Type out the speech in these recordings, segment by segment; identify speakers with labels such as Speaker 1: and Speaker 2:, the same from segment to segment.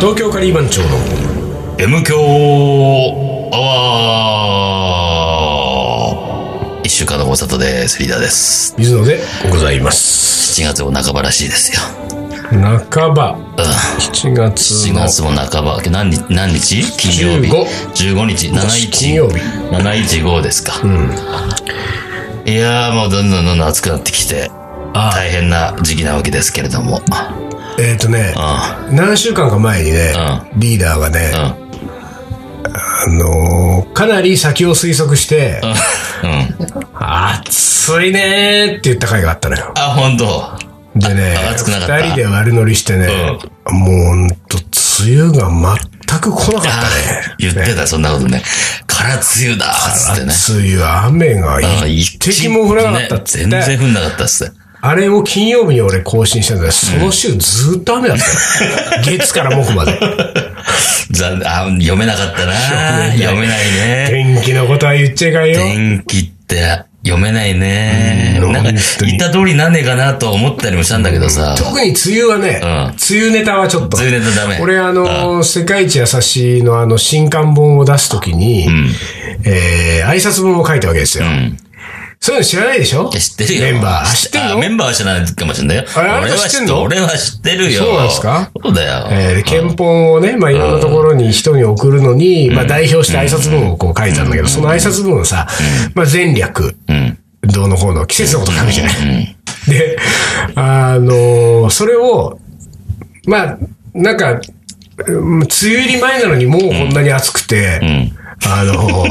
Speaker 1: 東京カリー番長の
Speaker 2: M 強アワー一週間のご無沙汰です。リーダーです。
Speaker 1: 水野でございます。
Speaker 2: 7月も半ばらしいですよ。
Speaker 1: 半ば、
Speaker 2: うん。
Speaker 1: 7月
Speaker 2: 7
Speaker 1: の
Speaker 2: 月も半ば。何日何日金曜日。15日。715。
Speaker 1: 金曜日。
Speaker 2: 715ですか。いやーもうどんどんどんどん暑くなってきて、
Speaker 1: あ
Speaker 2: 大変な時期なわけですけれども。うん。
Speaker 1: えっ、とね、何週間か前にね、リーダーがね、
Speaker 2: うん。
Speaker 1: あのーかなり先を推測して、
Speaker 2: うん。
Speaker 1: 暑いねーって言った回があったのよ。
Speaker 2: あ、本当。
Speaker 1: でね
Speaker 2: あ、暑くなかった
Speaker 1: 二人で悪乗りしてね、もうほんと、梅雨が全く来なかったね。
Speaker 2: あ言ってた、そんなことね。から梅雨だつってね。
Speaker 1: 梅雨、雨が
Speaker 2: あ
Speaker 1: 一滴も降らなかったっつって、
Speaker 2: 全然降んなかったっすね。
Speaker 1: あれを金曜日に俺更新したんだけど、その週ずーっと雨だったよ。 月から木まで。
Speaker 2: 残あ読めなかったな読めないね。
Speaker 1: 天気のことは言っちゃいかんよ。
Speaker 2: 天気って読めないね。
Speaker 1: うん
Speaker 2: なんか
Speaker 1: 本当に
Speaker 2: 言った通りになんねえかなと思ったりもしたんだけどさ。
Speaker 1: 特に梅雨はね、
Speaker 2: うん
Speaker 1: 梅雨ネタはちょっと。
Speaker 2: 梅雨ネタダメ
Speaker 1: 俺あの、世界一優しいのあの、新刊本を出すときに、えー、挨拶文を書いたわけですよ。
Speaker 2: うん。
Speaker 1: そういうの知らないでしょ
Speaker 2: いや知ってるよ。
Speaker 1: メンバー。
Speaker 2: 知
Speaker 1: 知
Speaker 2: っ
Speaker 1: ってて
Speaker 2: る
Speaker 1: ん
Speaker 2: よ。
Speaker 1: の
Speaker 2: あメンバーは知らないかもしれないよ。
Speaker 1: あれあな
Speaker 2: 俺
Speaker 1: た
Speaker 2: は
Speaker 1: 知っ
Speaker 2: 知って
Speaker 1: ん
Speaker 2: てる。
Speaker 1: の
Speaker 2: 俺は知ってるよ。
Speaker 1: そうなんですか
Speaker 2: そうだよ。
Speaker 1: えー憲法をね、まあ、いろんなところに人に送るのに、まあ、代表して挨拶文をこう書いたんだけど、その挨拶文をさ、まあ、前略、
Speaker 2: うん。
Speaker 1: どうのこうの、季節のこと書くじゃない。
Speaker 2: うん。
Speaker 1: で、あのーそれを、まあ、なんか、うん梅雨入り前なのにもうこんなに暑くて、
Speaker 2: ん
Speaker 1: あの ー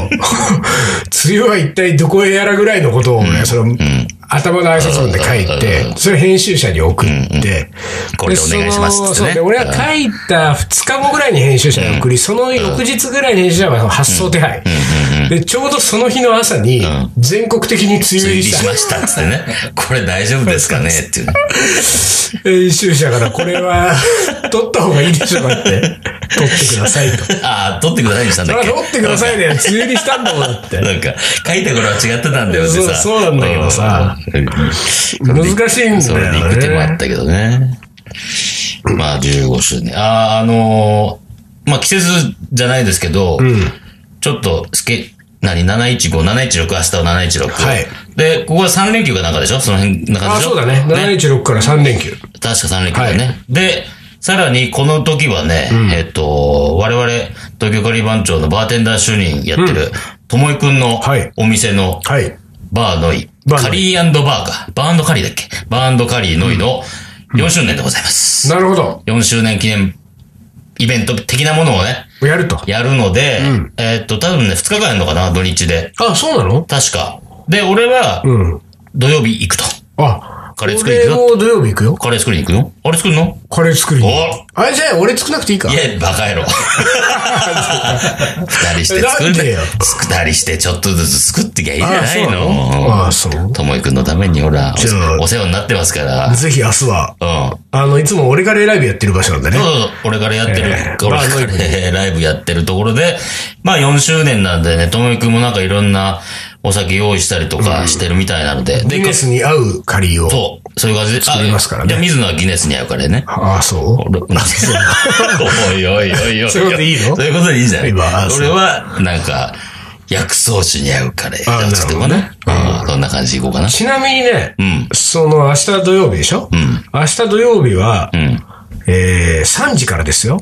Speaker 1: 梅雨は一体どこへやらぐらいのことをね、その、頭の挨拶文で書いて、それ編集者に送って、
Speaker 2: これでお願いしますっつっ
Speaker 1: で
Speaker 2: てね
Speaker 1: そのそうで俺は書いた2日後ぐらいに編集者に送り、その翌日ぐらいに編集者が発送手配。で、ちょうどその日の朝に、全国的に梅雨
Speaker 2: 梅
Speaker 1: 入
Speaker 2: 雨入
Speaker 1: り
Speaker 2: り
Speaker 1: した
Speaker 2: し。ましたっつってね。これ大丈夫ですかねっていう。
Speaker 1: 編集者からこれは 撮った方がいいでしょうかって撮ってくださいと。
Speaker 2: ああ、撮ってくださいにしたん
Speaker 1: そ
Speaker 2: だ
Speaker 1: れ
Speaker 2: っ
Speaker 1: は撮
Speaker 2: け
Speaker 1: ってくださいね。梅雨入りしたんだもんだ って。
Speaker 2: なんか、書いた頃は違ってたんだよってさ。
Speaker 1: そうそうなんだけどさ
Speaker 2: うん。
Speaker 1: 難しいん
Speaker 2: それで行く手
Speaker 1: だ
Speaker 2: も
Speaker 1: よ
Speaker 2: あっ
Speaker 1: ね。
Speaker 2: たけどね。まあ、15周年。ああ、あのーまあ、季節じゃないですけど、ちょっと、スケ、何 ?715、716、明日は716。
Speaker 1: はい
Speaker 2: で、ここは3連休が中でしょその辺、中
Speaker 1: あ、
Speaker 2: でしょ
Speaker 1: そうだね。716から3連休。
Speaker 2: 確か3連休だね。で、さらにこの時はね、えっと、我々、東京カリー番長のバーテンダー就任やってる、ともいくんの
Speaker 1: はい
Speaker 2: お店の
Speaker 1: はい。
Speaker 2: バーノイ、
Speaker 1: バーノイ
Speaker 2: カリーバーか、バーカリーだっけバーカリーノイの4周年でございます。
Speaker 1: なるほど。
Speaker 2: 4周年記念イベント的なものをね、
Speaker 1: やると。
Speaker 2: やるので、えっと、多分ね、2日間やるのかな、土日で。
Speaker 1: あ、そうなの
Speaker 2: 確か。で、俺は、
Speaker 1: うん。
Speaker 2: 土曜日行くと。
Speaker 1: あ、
Speaker 2: カレー作りに
Speaker 1: 俺
Speaker 2: 行く
Speaker 1: も
Speaker 2: よ。
Speaker 1: 土曜日行くよ。
Speaker 2: カレー作りに行くよ。あれ作るの
Speaker 1: カレー作りに
Speaker 2: お。
Speaker 1: あれじゃあ俺作らなくていいか
Speaker 2: いや、バカ 野郎。二人して作
Speaker 1: なん
Speaker 2: る
Speaker 1: で
Speaker 2: ね
Speaker 1: よ。
Speaker 2: 二人してちょっとずつ作ってきゃいいじゃ
Speaker 1: あ
Speaker 2: な
Speaker 1: そう
Speaker 2: い
Speaker 1: なの
Speaker 2: の。
Speaker 1: あ、そう。
Speaker 2: ともいくんのために、ほら
Speaker 1: じゃあ、
Speaker 2: おお世話になってますから。うん。
Speaker 1: ぜひ明日は、
Speaker 2: そう
Speaker 1: あの、いつも俺がレライブやってる場所なんだね
Speaker 2: そ。う俺からやってる、
Speaker 1: えー
Speaker 2: 俺
Speaker 1: まあ
Speaker 2: からね ライブやってるところで、まあ4周年なんでね、ともいくんもなんかいろんなお酒用意したりとかしてるみたいなので、
Speaker 1: ギ
Speaker 2: で、
Speaker 1: ネスに合うカリーを。
Speaker 2: そう、そういう感じで、作
Speaker 1: りますからね
Speaker 2: じゃあ水野はギネスに合うからね。
Speaker 1: あ、そう
Speaker 2: 俺おいおいおいおい。
Speaker 1: そういうことでいいの
Speaker 2: そういうことでいいじゃない
Speaker 1: 今あそう
Speaker 2: 俺は、なんか、薬草酒に合うカレ
Speaker 1: あ
Speaker 2: ーを作っていこうか
Speaker 1: な
Speaker 2: な。うんそんな感じでいこうかな。
Speaker 1: ちなみにね、
Speaker 2: ん
Speaker 1: その明日土曜日でしょ、明日土曜日は、
Speaker 2: うん。うん。
Speaker 1: えー、3時からですよ。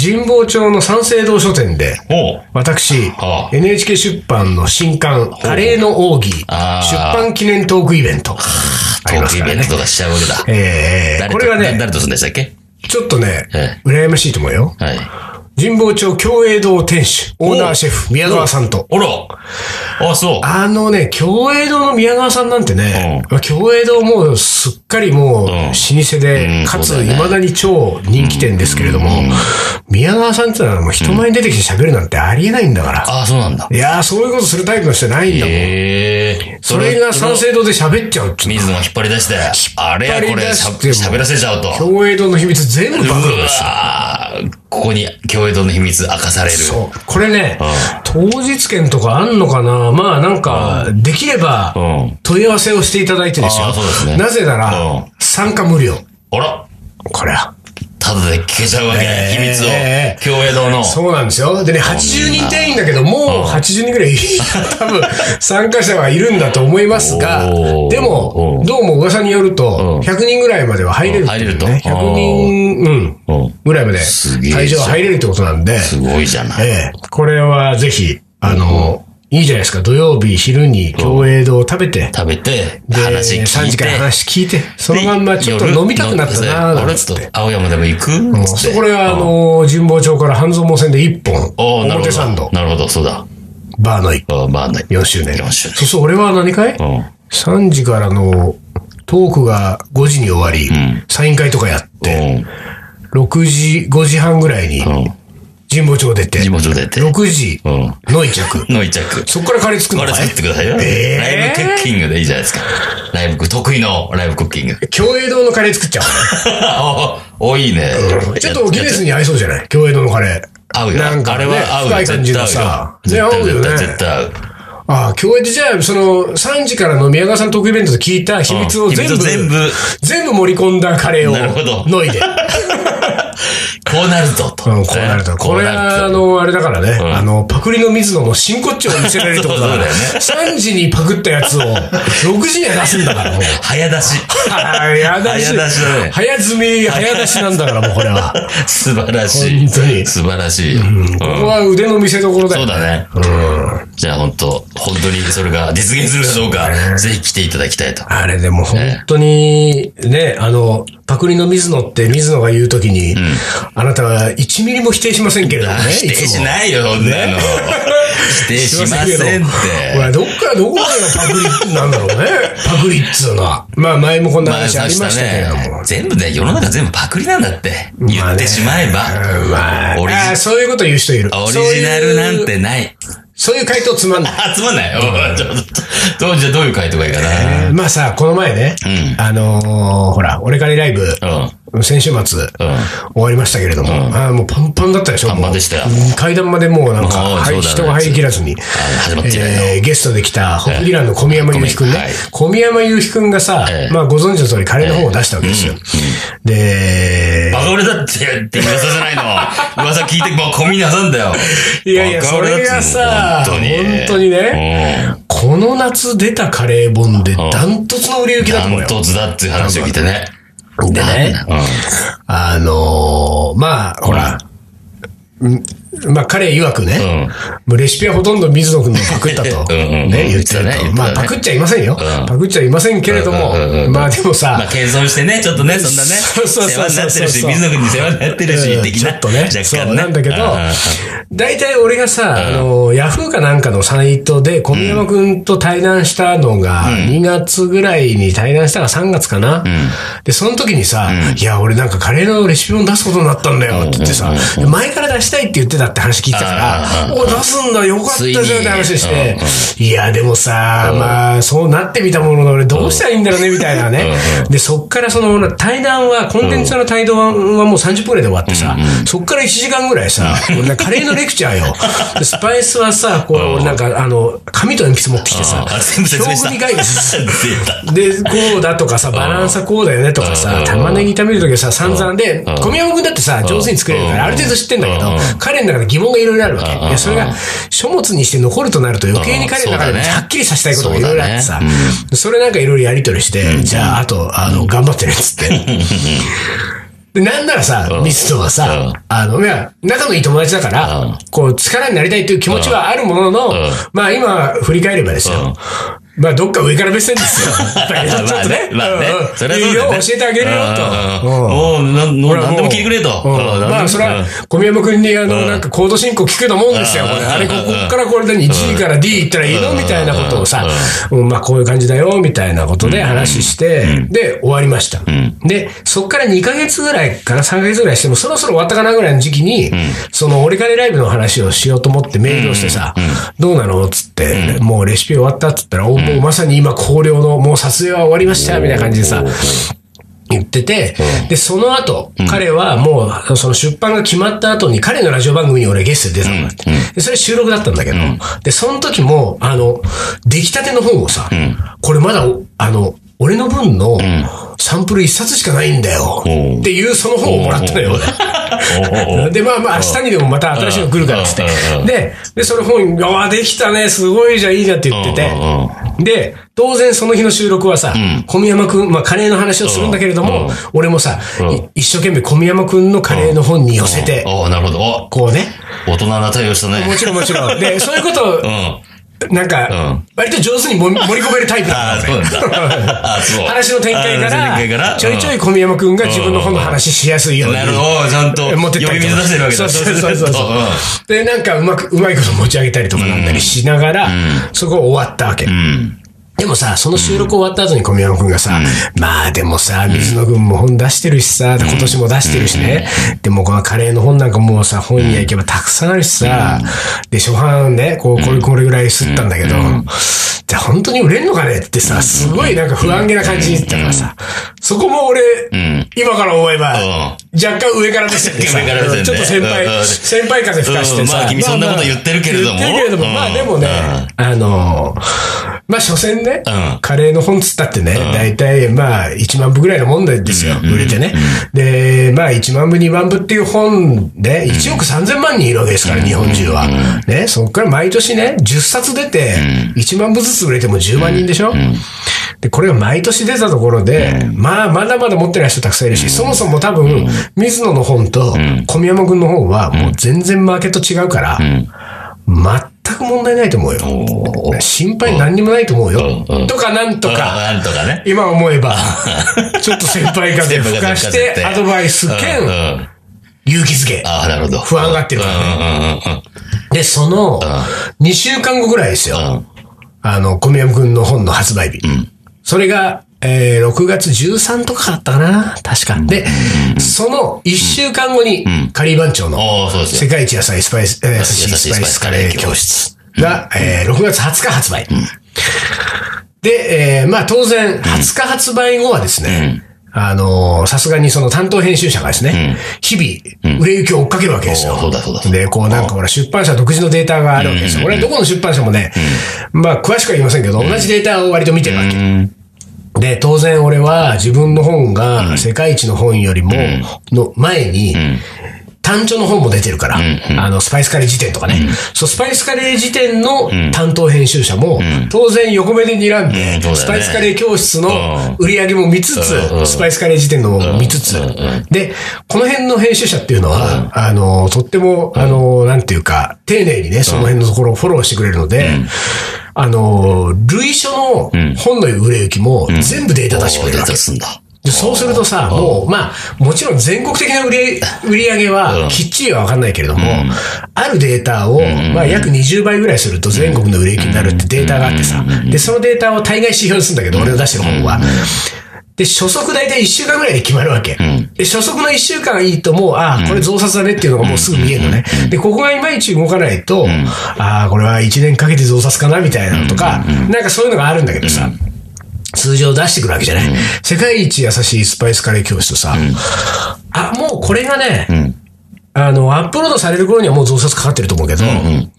Speaker 1: 神保町の三省堂書店で、
Speaker 2: おう。
Speaker 1: 私、
Speaker 2: ああ
Speaker 1: NHK 出版の新刊、カレーの奥義、出
Speaker 2: ああ
Speaker 1: 版記念トークイベント。
Speaker 2: トークイベントとかしちゃうわけだ。
Speaker 1: えー、
Speaker 2: 誰と
Speaker 1: これは
Speaker 2: だ
Speaker 1: ね、
Speaker 2: 誰とするんでしたっけ
Speaker 1: ちょっとね、
Speaker 2: え
Speaker 1: 羨ましいと思うよ。
Speaker 2: はい。
Speaker 1: 神保町共栄堂店主、オーナーシェフ、宮川さんと。
Speaker 2: おら。あ、そう。
Speaker 1: あのね、共栄堂の宮川さんなんてね、共栄堂もうすっかりもう老舗で、
Speaker 2: うん
Speaker 1: かつ
Speaker 2: そうだよね
Speaker 1: 未だに超人気店ですけれども、宮川さんってのはもう人前に出てきて喋るなんてありえないんだから。
Speaker 2: あ、そうなんだ。
Speaker 1: いやー、そういうことするタイプの人じゃないんだもん。
Speaker 2: ええ。
Speaker 1: それが三省堂で喋っちゃうっていう。
Speaker 2: 水野を引っ張り出して、あれやこ
Speaker 1: 引っ張り
Speaker 2: れ、
Speaker 1: 出
Speaker 2: しゃ
Speaker 1: しても
Speaker 2: 喋らせちゃうと。
Speaker 1: 共栄堂の秘密全部暴露
Speaker 2: うわーここに、共栄堂の秘密明かされる。
Speaker 1: そう。これね、当日券とかあんのかなまあなんか、できれば
Speaker 2: うん、
Speaker 1: 問い合わせをしていただいてですよ
Speaker 2: あーそうです。ね
Speaker 1: なぜな
Speaker 2: う
Speaker 1: ら
Speaker 2: ん、
Speaker 1: 参加無料。
Speaker 2: あら
Speaker 1: これは。
Speaker 2: タダで聞けちゃうわけね。
Speaker 1: え
Speaker 2: 秘
Speaker 1: ー
Speaker 2: 密を
Speaker 1: え。ー
Speaker 2: 共栄堂の。
Speaker 1: そうなんですよ。でね、80人定員だけど、もう80人ぐらい、 多分、参加者はいるんだと思いますが
Speaker 2: お、ー
Speaker 1: でも
Speaker 2: お、ー
Speaker 1: どうも噂によると、
Speaker 2: うん
Speaker 1: 100人ぐらいまでは入れるっていう
Speaker 2: 入れる
Speaker 1: ね。
Speaker 2: と
Speaker 1: 100人、うん、
Speaker 2: うん
Speaker 1: ぐらいまです
Speaker 2: げえ
Speaker 1: 会場は入れるってことなんで、
Speaker 2: すごいじゃない。
Speaker 1: ええ、これはぜひ、あの、いいじゃないですか。土曜日昼に共栄堂を食べて、
Speaker 2: 食べて、
Speaker 1: で
Speaker 2: 話聞
Speaker 1: 3
Speaker 2: い
Speaker 1: 時
Speaker 2: て
Speaker 1: から。話聞いて、そのまんまちょっと飲みたくなったな
Speaker 2: あ
Speaker 1: ぁ、
Speaker 2: れ
Speaker 1: なん
Speaker 2: ち
Speaker 1: つ
Speaker 2: ょ
Speaker 1: っ。
Speaker 2: ってと、青山でも行く
Speaker 1: そ
Speaker 2: つ
Speaker 1: し
Speaker 2: って
Speaker 1: これは、あの、神保町から半蔵門線で1本、
Speaker 2: おーなるほ
Speaker 1: 表
Speaker 2: ど。
Speaker 1: 参道、
Speaker 2: なるほど、そうだ。
Speaker 1: バーの1
Speaker 2: あーまあ、ね、
Speaker 1: 4周年。
Speaker 2: 4周
Speaker 1: そうそう、俺は何かい
Speaker 2: 年。うん。
Speaker 1: ?3 時からのトークが5時に終わり、
Speaker 2: ん
Speaker 1: サイン会とかやって、
Speaker 2: うん。
Speaker 1: 6時、5時半ぐらいに
Speaker 2: うん。
Speaker 1: 神保町出て、
Speaker 2: 地元出て。
Speaker 1: 6時
Speaker 2: うん。
Speaker 1: の一着。
Speaker 2: の一着。
Speaker 1: そっから借り作
Speaker 2: こ
Speaker 1: るの
Speaker 2: れ
Speaker 1: かい
Speaker 2: 作ってくださいよ。
Speaker 1: えー
Speaker 2: ライブクッキングでいいじゃないですか。ライブ、得意のライブクッキング。
Speaker 1: 共栄堂のカレー作っちゃおう。
Speaker 2: お、 おいいね。
Speaker 1: ちょっとギネスに合いそうじゃない共栄堂のカレー。
Speaker 2: 合うよ。
Speaker 1: なんか
Speaker 2: あ
Speaker 1: ね
Speaker 2: れは合うよ。
Speaker 1: 深い感じの
Speaker 2: 絶対
Speaker 1: さ
Speaker 2: 合う
Speaker 1: ね
Speaker 2: よ
Speaker 1: 合うよね
Speaker 2: 絶対合う。絶対
Speaker 1: ああ、共栄堂じゃあ、その、3時からの宮川さんトークイベントで聞いた秘
Speaker 2: 合う。
Speaker 1: 密を全部、
Speaker 2: うん秘密全部、
Speaker 1: 全部盛り込んだカレーを、
Speaker 2: なるほど
Speaker 1: の いで。
Speaker 2: こうなるぞと。
Speaker 1: うん、こうなると。
Speaker 2: ね
Speaker 1: これは、あ
Speaker 2: と
Speaker 1: の、あれだからね、あの、パクリの水野の真骨頂を見せられるってことだから、
Speaker 2: そう
Speaker 1: 3時にパクったやつを、6時には出すんだから、もう。
Speaker 2: 早出し。
Speaker 1: 早出し。
Speaker 2: 早出しだね
Speaker 1: 早積み、早出しなんだから、もうこれは。
Speaker 2: 素晴らしい。
Speaker 1: 本当に
Speaker 2: 素晴らしいよ。うん
Speaker 1: ここは腕の見せ所だ
Speaker 2: そ
Speaker 1: よ
Speaker 2: う。だね。じゃあ本当本当にそれが実現するかどうか、ぜひ来ていただきたいと。
Speaker 1: あれでも本当に、ね、あの、パクリの水野って水野が言うときに、あなたは1ミリも否定しませんけれどもね。
Speaker 2: 否定し
Speaker 1: い
Speaker 2: ないよ、そんなの。否定
Speaker 1: つ
Speaker 2: し
Speaker 1: も。
Speaker 2: ませんっ
Speaker 1: けど ほら
Speaker 2: て。
Speaker 1: どっからどこまでがパクリなんだろ うね。パクリっつうのは。まあ前もこんな
Speaker 2: まあ、
Speaker 1: 話ありましたけれど
Speaker 2: そうした
Speaker 1: も
Speaker 2: ね。全部ね、世の中全部パクリなんだって。言ってしまえば。
Speaker 1: まあ、
Speaker 2: オリジ
Speaker 1: あーそういうこと言う人いる。
Speaker 2: オリジナルなんてない。
Speaker 1: そういう。そういう回答つまんない。
Speaker 2: あ、つまんない。おうちょっとどうじゃあどういう回答がいいかな。
Speaker 1: まあさ、この前ね、あのーほら、俺からライブ、
Speaker 2: うん。うん。
Speaker 1: 先週末、終わりましたけれども、ああもうパンパンだったでしょ。
Speaker 2: パンパンでしたよ
Speaker 1: もううん階段までもうなんか、
Speaker 2: もう
Speaker 1: はい
Speaker 2: そうだね
Speaker 1: 人が入りきらずに、
Speaker 2: 始まって以来の。
Speaker 1: えーゲストで来た、ホップディランの小宮山雄飛くんね
Speaker 2: はい。
Speaker 1: 小宮山雄飛くんがさ
Speaker 2: え、え
Speaker 1: まあご存知の通りカレーの本を出したわけですよ。で、
Speaker 2: バカ俺だって、って噂じゃな いの。噂聞いて、もう小宮さんだよ。
Speaker 1: いやいや
Speaker 2: バカ俺だって
Speaker 1: それがさ
Speaker 2: 本当に。
Speaker 1: 本当にねこの夏出たカレー本でダントツの売れ行
Speaker 2: うん。
Speaker 1: きだと
Speaker 2: ダ
Speaker 1: 思う
Speaker 2: ン
Speaker 1: よ。
Speaker 2: トツだっていう話を聞いてね。
Speaker 1: でね
Speaker 2: うん。
Speaker 1: あのーまあ、ほら、んまあ、彼曰くね、
Speaker 2: うん。、
Speaker 1: もうレシピはほとんど水野くんのパクったと
Speaker 2: うんうんうん
Speaker 1: ね、言ってると
Speaker 2: 言ってたね
Speaker 1: まあ、パクっちゃいませんよ。
Speaker 2: うん
Speaker 1: パクっちゃいませんけれども、
Speaker 2: うんうんうんうん
Speaker 1: まあでも
Speaker 2: まあ、
Speaker 1: さ、
Speaker 2: 謙遜してね、ちょっとね、そんなね、
Speaker 1: そうそうそう
Speaker 2: 世話になってるし、
Speaker 1: そうそう
Speaker 2: 水野君に世話になってる
Speaker 1: う
Speaker 2: し、
Speaker 1: ん
Speaker 2: 的
Speaker 1: ちょ
Speaker 2: な。
Speaker 1: っとね、
Speaker 2: 若
Speaker 1: そ
Speaker 2: 干
Speaker 1: う
Speaker 2: ね。
Speaker 1: なんだけど
Speaker 2: あー、
Speaker 1: 大体俺がさ、あの、ヤフーかなんかのサイトで、小宮山くんと対談したのが、2月ぐらいに対談したが3月かな。で、その時にさ、いや、俺なんかカレーのレシピ本出すことになったんだよって言ってさ、前から出したいって言ってたって話聞いてたから、お、出すんだ、よかったじゃんって話して、いや、でもさ、まあ、そうなってみたものの、俺どうしたらいいんだろうね、みたいなね。で、そっからその、対談は、コンテンツの対談はもう30分ぐらいで終わってさ、そっから1時間ぐらいさ、俺カレーのレクチャー よ。でスパイスはさ、こう、俺なんか、あの、紙と鉛筆持ってきてさ
Speaker 2: あれ、全部説明した。
Speaker 1: 表具に書いてさ
Speaker 2: 出た。
Speaker 1: で、こうだとかさ、バランスはこうだよねとか
Speaker 2: う
Speaker 1: さ
Speaker 2: ん、
Speaker 1: 玉ねぎ炒めるときはさ、散々で、小宮山君だってさ、上手に作れるから、ある程度知ってんだけど、彼の中で疑問がいろいろあるわけ。いや、それが、書物にして残るとなると余計に彼の中で
Speaker 2: うんそうだね
Speaker 1: はっきりさせたいことがいろいろあってさ、それなんかいろいろやりとりして、じゃあ、あと、あの、頑張ってね、っつって。で、なんならさ、ミストは
Speaker 2: う
Speaker 1: さ
Speaker 2: ん、
Speaker 1: あの、いや、仲のいい友達だか
Speaker 2: うん。
Speaker 1: ら、こう、力になりたいという気持ちはあるものの、まあ今、振り返ればですよ。まあ、どっか上から目線ですよ。だけどちょっとね
Speaker 2: まあね
Speaker 1: うんうん。
Speaker 2: それはいそ
Speaker 1: いうよ
Speaker 2: だ、よね。
Speaker 1: 教えてあげるよ
Speaker 2: う
Speaker 1: と。う
Speaker 2: ん
Speaker 1: ん
Speaker 2: もう、なんもう
Speaker 1: 俺はも
Speaker 2: 何
Speaker 1: う
Speaker 2: でも聞いてくれと。
Speaker 1: うん
Speaker 2: うん何でも
Speaker 1: まあ、それ
Speaker 2: う
Speaker 1: は
Speaker 2: ん、
Speaker 1: 小宮山君に、あの、なんか行動申告聞くのもんですよ、
Speaker 2: うん
Speaker 1: これ。あれ、
Speaker 2: うん
Speaker 1: ここからこれで G から D 行ったらいいのみたいなことをさ、うんまあ、こういう感じだよ、みたいなことで話して、で、終わりました。で、そっから2ヶ月ぐらいから3ヶ月ぐらいしても、そろそろ終わったかなぐらいの時期に、その、オリカネライブの話をしようと思ってメールをしてさ、どうなのつって、もうレシピ終わったっつったら、おもうまさに今、考慮の、もう撮影は終わりました、みたいな感じでさ、言ってて、で、その後、彼はもう、その出版が決まった後に、彼のラジオ番組に俺ゲストで出たのだって。で、それ収録だったんだけど、で、その時も、あの、出来たての本をさ、これまだ、おあの、俺の分の、サンプル一冊しかないんだよ。
Speaker 2: おう
Speaker 1: っていうその本をもらったのよ、俺。 で、まあまあ、明日にでもまた新しいの来るからっつって
Speaker 2: うんうん。
Speaker 1: で、で、その本、ああ、できたね、すごいじゃん、いいじゃんって言ってて
Speaker 2: うんうんうん。
Speaker 1: で、当然その日の収録はさ、小宮山くん、まあ、カレーの話をするんだけれど
Speaker 2: うん
Speaker 1: も、俺もさ
Speaker 2: ん、
Speaker 1: い一生懸命小宮山くんのカレーの本に寄せて、
Speaker 2: おおなるほど。お
Speaker 1: こうね。
Speaker 2: 大人な対応したね。
Speaker 1: もちろんもちろん。 で、そういうこと
Speaker 2: う
Speaker 1: を、
Speaker 2: ん。
Speaker 1: なん
Speaker 2: うん
Speaker 1: か、割と上手にも盛り込めるタイプ
Speaker 2: ああ、
Speaker 1: だ
Speaker 2: そうなんだ。あそう。
Speaker 1: 話の展開か、
Speaker 2: あ話の展開からら
Speaker 1: ちょいちょい小宮山くんが自分の本の話しやすいよう
Speaker 2: うん
Speaker 1: に。
Speaker 2: なるほど。ちゃんと、
Speaker 1: 持ってった
Speaker 2: 呼び
Speaker 1: りと
Speaker 2: 水
Speaker 1: か
Speaker 2: 出してるわけだ。
Speaker 1: そうそうそうそう
Speaker 2: ち ゃんとん
Speaker 1: で、なんかうまく、うまいこと持ち上げたりとかなんだりしながら、そこは終わったわけ。
Speaker 2: うん。
Speaker 1: でもさ、その収録終わった後に小宮山くんがさ、まあでもさ、水野くんも本出してるしさ、今年も出してるしね。でもこのカレーの本なんかもうさ、本屋行けばたくさんあるしさ、で、初版ね、こう、これ、これぐらいすったんだけど、じゃあ本当に売れんのかねってさ、すごいなんか不安げな感じだからさ、そこも俺、
Speaker 2: ん
Speaker 1: 今から思えば、
Speaker 2: うん
Speaker 1: 若干上から目線でさ
Speaker 2: 若干上から目線で
Speaker 1: ちょっと先
Speaker 2: うん
Speaker 1: 輩、先輩風吹かしてさ、
Speaker 2: うんまあ君そんなこと言ってるけれども
Speaker 1: まあまあ言ってるけれど
Speaker 2: う
Speaker 1: も、
Speaker 2: ん
Speaker 1: まあでもね、あのー、まあ、所詮ね、
Speaker 2: うん
Speaker 1: カレーの本つったってね、大体、まあ、1万部ぐらいのもんですよ、売れてね。で、まあ、1万部、2万部っていう本で、1億3000万人いるわけですから、日本中は。ね、そこから毎年ね、10冊出て、1万部ずつ売れても10万人でしょで、これが毎年出たところで、まあ、まだまだ持ってない人たくさんいるし、そもそも多分、水野の本と小宮山君の本は、もう全然マーケット違うから、全く問題ないと思うよ。
Speaker 2: おー
Speaker 1: 心配何にもないと思うよ
Speaker 2: うんうん。
Speaker 1: とかなんとか、
Speaker 2: なんとかね。
Speaker 1: 今思えば、ちょっと先輩風吹かし
Speaker 2: 先輩風吹かせて
Speaker 1: て、アドバイス
Speaker 2: うんうん
Speaker 1: 兼、勇気づけ。
Speaker 2: ああ、なるほど。
Speaker 1: 不安がってるから
Speaker 2: ね。
Speaker 1: で、その、2週間後ぐらいです
Speaker 2: うんうん
Speaker 1: よ。
Speaker 2: うんうん。
Speaker 1: あの、小宮山くんの本の発売日。それが、えー6月13とかだったかな確か。で、その1週間後に、カリー番長の、
Speaker 2: おおそうです
Speaker 1: 世
Speaker 2: よ。
Speaker 1: 界一野菜スパイス、えー、
Speaker 2: 優
Speaker 1: 優
Speaker 2: し
Speaker 1: し
Speaker 2: い
Speaker 1: い
Speaker 2: ス
Speaker 1: ス
Speaker 2: パ
Speaker 1: パ
Speaker 2: イ
Speaker 1: イ
Speaker 2: ス
Speaker 1: ス
Speaker 2: カ
Speaker 1: カ
Speaker 2: レ
Speaker 1: レ
Speaker 2: ー
Speaker 1: ー
Speaker 2: 教
Speaker 1: 教室が、えー6月20日発売。で、えーまあ当然、20日発売後はですね、あのーさすがにその担当編集者がですね、日々、売れ行きを追っかけるわけですよ。
Speaker 2: おーそうだそうだそうだ
Speaker 1: で、こうなんかほら、出版社独自のデータがあるわけですよ。これはどこの出版社もね、まあ詳しくは言いませんけど、同じデータを割と見てるわけ。
Speaker 2: うん。
Speaker 1: で、当然俺は自分の本が世界一の本よりも、の前に、単調の本も出てるから、あの、スパイスカレー辞典とかね。そう、スパイスカレー辞典の担当編集者も、当然横目で睨んで、
Speaker 2: うんそうだよね
Speaker 1: スパイスカレー教室
Speaker 2: うん
Speaker 1: の売り上げも見つつ、
Speaker 2: うんうん
Speaker 1: スパイスカレー辞典のも見つつ、で、この辺の編集者っていうのは、あの、とっても、あの、なんていうか、丁寧にね、その辺のところをフォローしてくれるので、あの、類書の本の売れ行きも全部データ出してくれるわけ
Speaker 2: 出。すんだ。
Speaker 1: でそうするとさ、もう、まあ、もちろん全国的な売り売り上げ
Speaker 2: うん
Speaker 1: は、きっちりはわかんないけれども、あるデータを、まあ、約20倍ぐらいすると全国の売れ行きになるってデータがあってさ、で、そのデータを対外指標にするんだけど、俺の出してる本は。で、初速大体1週間ぐらいで決まるわけ。で、初速の1週間いいともう、ああ、これ増刷だねっていうのがもうすぐ見えるのね。で、ここがいまいち動かないと、ああ、これは1年かけて増刷かなみたいなのとか、なんかそういうのがあるんだけどさ、通常出してくるわけじゃない。世界一優しいスパイスカレー教室とさ、あ、もうこれがね、あの、アップロードされる頃にはもう増刷かかってると思うけど、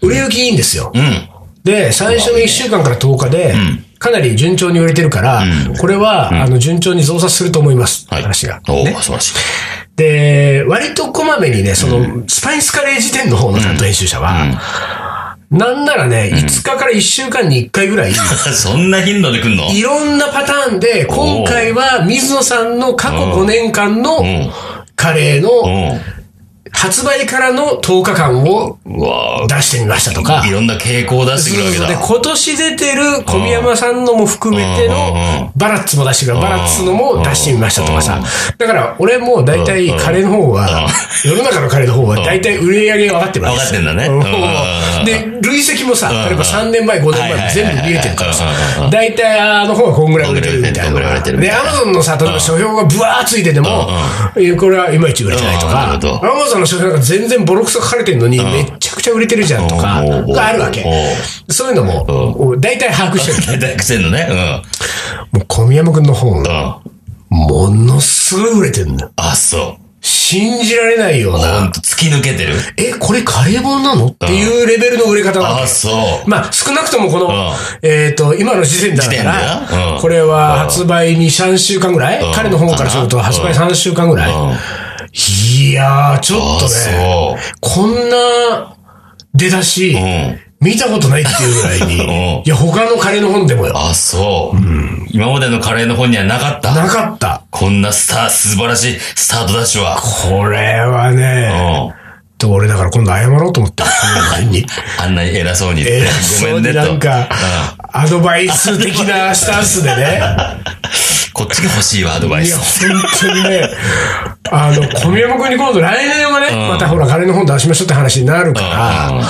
Speaker 1: 売れ行きいいんですよ。
Speaker 2: うん。
Speaker 1: で、最初の1週間から10日で、かなり順調に売れてるから、これは、あの、順調に増刷すると思います。
Speaker 2: はい。
Speaker 1: 話が。
Speaker 2: おお
Speaker 1: ね
Speaker 2: 素晴らしい。
Speaker 1: で、割とこまめにね、その、スパイスカレー辞典の方の担当編集者は、なんならね、5日から1週間に1回ぐらい、
Speaker 2: そんな頻度で来んの
Speaker 1: いろんなパターンで、今回は水野さんの過去5年間の
Speaker 2: ん
Speaker 1: カレー
Speaker 2: う
Speaker 1: の
Speaker 2: ん。
Speaker 1: 発売からの10日間を
Speaker 2: うわ
Speaker 1: 出してみましたとか
Speaker 2: い、ろんな傾向を出してくるわけだ。
Speaker 1: で今年出てる小宮山さんのも含めて
Speaker 2: うんうんうん
Speaker 1: の、バラッツも出してるから、バラッツのも出してみましたとかさ。だから、俺も大体
Speaker 2: うんうん
Speaker 1: カレーの方は、世の中のカレーの方は大体売り上げが分かってるわけですよ
Speaker 2: 分かってんだね
Speaker 1: う
Speaker 2: うん
Speaker 1: で、累積もさ、
Speaker 2: んうん
Speaker 1: 例えば3年前、5年
Speaker 2: はいはいはい
Speaker 1: 前全部見えてるからさ
Speaker 2: うんうんう、
Speaker 1: 大体あの方はこんぐらい売れてるみたいなの
Speaker 2: こんぐらい売
Speaker 1: が。
Speaker 2: れてるみ
Speaker 1: で、
Speaker 2: たい
Speaker 1: ア
Speaker 2: な
Speaker 1: マゾンのさ、例えば書評がブワーついてても、いやこれはいまいち売れてないと
Speaker 2: う
Speaker 1: か、ア
Speaker 2: んなるほど
Speaker 1: マゾンの書評なんか全然ボロクソ書かれてるのに、めっちゃくちゃ売れてるじゃんとか、
Speaker 2: うん
Speaker 1: があるわけ。そういうのも、大体把握してる。
Speaker 2: 大学生のね。うん。
Speaker 1: もう小宮山くんの本
Speaker 2: う、ん。
Speaker 1: ものすごい売れてるんだよ。
Speaker 2: あ、そう。
Speaker 1: 信じられないよう
Speaker 2: ほ、
Speaker 1: なん
Speaker 2: と突き抜けてる。
Speaker 1: え、これカレー本なのっていうレベルの売れ方な
Speaker 2: あ
Speaker 1: わ
Speaker 2: あ、
Speaker 1: け。
Speaker 2: そう。
Speaker 1: まあ、少なくともこの
Speaker 2: うん、
Speaker 1: えっと、今の時点だか
Speaker 2: 時点だよう
Speaker 1: ら
Speaker 2: ん、
Speaker 1: これは発売に3週間ぐら
Speaker 2: ん
Speaker 1: い彼の方からすると
Speaker 2: かな
Speaker 1: 発売3週間ぐらい
Speaker 2: うん
Speaker 1: いやー、ちょっ
Speaker 2: あ
Speaker 1: と
Speaker 2: あ、
Speaker 1: ね、
Speaker 2: そ
Speaker 1: こんな出だし
Speaker 2: う。う、ん。
Speaker 1: 見たことないっていうぐらい
Speaker 2: うん
Speaker 1: に、いや、他のカレーの本でもよ、
Speaker 2: ああ、そう。今までのカレーの本にはなかった。
Speaker 1: なかった。
Speaker 2: こんなスター、素晴らしいスタートダッシュは。
Speaker 1: これはね、
Speaker 2: うん。
Speaker 1: と俺だから今度謝ろうと思ってる、何 に。
Speaker 2: あんなに偉そうに。
Speaker 1: 偉そうになんか、アドバイス的なスタンスで ね。
Speaker 2: こっちが欲しいわ、アドバイ
Speaker 1: いや、
Speaker 2: ス。
Speaker 1: 本当にね、あの、小宮山君に今度来年はね、
Speaker 2: ん
Speaker 1: またほら、彼の本出しましょうって話になるから、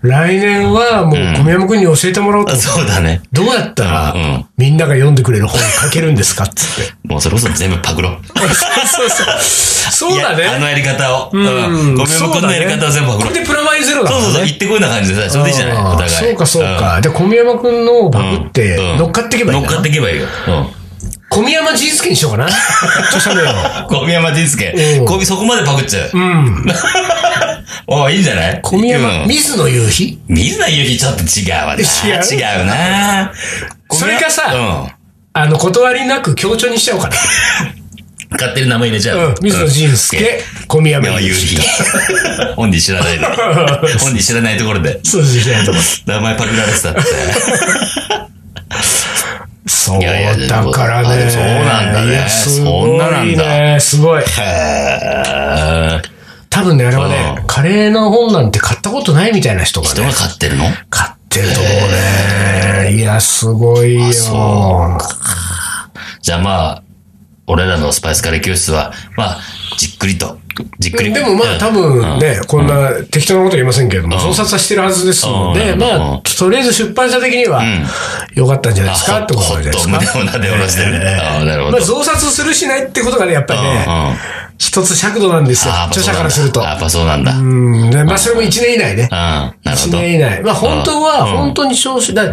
Speaker 1: 来年はもう小宮山君に教えてもらおうと。
Speaker 2: そうだね。
Speaker 1: どうやったら
Speaker 2: うん、
Speaker 1: みんなが読んでくれる本を書けるんですかっつって。
Speaker 2: もうそれ こそ全部パクろう。
Speaker 1: そうそう。そうだ
Speaker 2: いやあ
Speaker 1: ね。
Speaker 2: のやり方を。うん。ごめん
Speaker 1: そう
Speaker 2: こ
Speaker 1: だ
Speaker 2: の
Speaker 1: ね
Speaker 2: やり方は全部パク
Speaker 1: こ
Speaker 2: ろ
Speaker 1: れ
Speaker 2: う。
Speaker 1: でプラマイゼロだか
Speaker 2: そう
Speaker 1: ら
Speaker 2: そうそう、
Speaker 1: ね。
Speaker 2: 言ってこいな感じでさ、それでいいじゃない
Speaker 1: あ
Speaker 2: お
Speaker 1: ー
Speaker 2: 互い。
Speaker 1: そうかそうか。で、小宮山君のをパクって
Speaker 2: うん。うん
Speaker 1: 乗っかっていけばいいん
Speaker 2: 乗
Speaker 1: だな
Speaker 2: っかっていけばいいよ。うん。
Speaker 1: 小宮山仁介にしようかな。著者名を。
Speaker 2: 小宮山仁介
Speaker 1: う。ん
Speaker 2: 小宮そこまでパクっちゃう。
Speaker 1: うん。
Speaker 2: おいいんじゃない
Speaker 1: 小宮
Speaker 2: う
Speaker 1: 山、
Speaker 2: ん
Speaker 1: 水野夕日
Speaker 2: 水野ゆうひちょっと違うわな。
Speaker 1: 違う
Speaker 2: 違うな。
Speaker 1: それかさ
Speaker 2: うん。
Speaker 1: あの、断りなく強調にしちゃおうかな。
Speaker 2: 勝手に名前入れちゃ
Speaker 1: う
Speaker 2: う。
Speaker 1: ん。水野仁介、小宮
Speaker 2: 宮
Speaker 1: 山
Speaker 2: 山ゆ
Speaker 1: 夕
Speaker 2: うひ
Speaker 1: 日。。
Speaker 2: 本人知らな いで。本人知らないところで。
Speaker 1: そうですね。
Speaker 2: 名前パクられてたって。
Speaker 1: そう、
Speaker 2: いやいやで
Speaker 1: だ
Speaker 2: も
Speaker 1: から
Speaker 2: あでも
Speaker 1: ね。
Speaker 2: そうなんだね
Speaker 1: いやすご
Speaker 2: そんなないん
Speaker 1: ね。
Speaker 2: だ
Speaker 1: すごい。
Speaker 2: へー
Speaker 1: 多分ね、あれはね
Speaker 2: う、
Speaker 1: カレーの本なんて買ったことないみたいな人が
Speaker 2: 人
Speaker 1: ね、
Speaker 2: が買ってるの
Speaker 1: 買ってると思うね。いや、すごいよ。
Speaker 2: そじゃあまあ、俺らのスパイスカレー教室は、まあ、じっくりと、じっくり。
Speaker 1: でもま
Speaker 2: う
Speaker 1: あ
Speaker 2: ん
Speaker 1: 多分ね、こんな適当なこと言いませんけれども、増刷はしてるはずですの
Speaker 2: う
Speaker 1: で、
Speaker 2: ん
Speaker 1: ま
Speaker 2: うん
Speaker 1: あ、とりあえず出版社的には良かったんじゃないですかってことじゃ
Speaker 2: ほ
Speaker 1: な
Speaker 2: っ
Speaker 1: いで
Speaker 2: と
Speaker 1: す
Speaker 2: 胸
Speaker 1: か。
Speaker 2: をなで下ろしてるね。ああ、なるほ
Speaker 1: ま
Speaker 2: ど。
Speaker 1: あ、増刷するしないってことがね、やっぱりね、
Speaker 2: うんうん
Speaker 1: 一つ尺度なんですよ
Speaker 2: あ、やっぱ
Speaker 1: 著
Speaker 2: そ
Speaker 1: 者
Speaker 2: うなんだ
Speaker 1: からすると。
Speaker 2: やっぱそうなんだ。うん、
Speaker 1: うん、でまあそれも1年以内ね。
Speaker 2: なるほ
Speaker 1: 1
Speaker 2: ど。
Speaker 1: 年以内。まあ本当は、
Speaker 2: うん
Speaker 1: 本当に少子、だ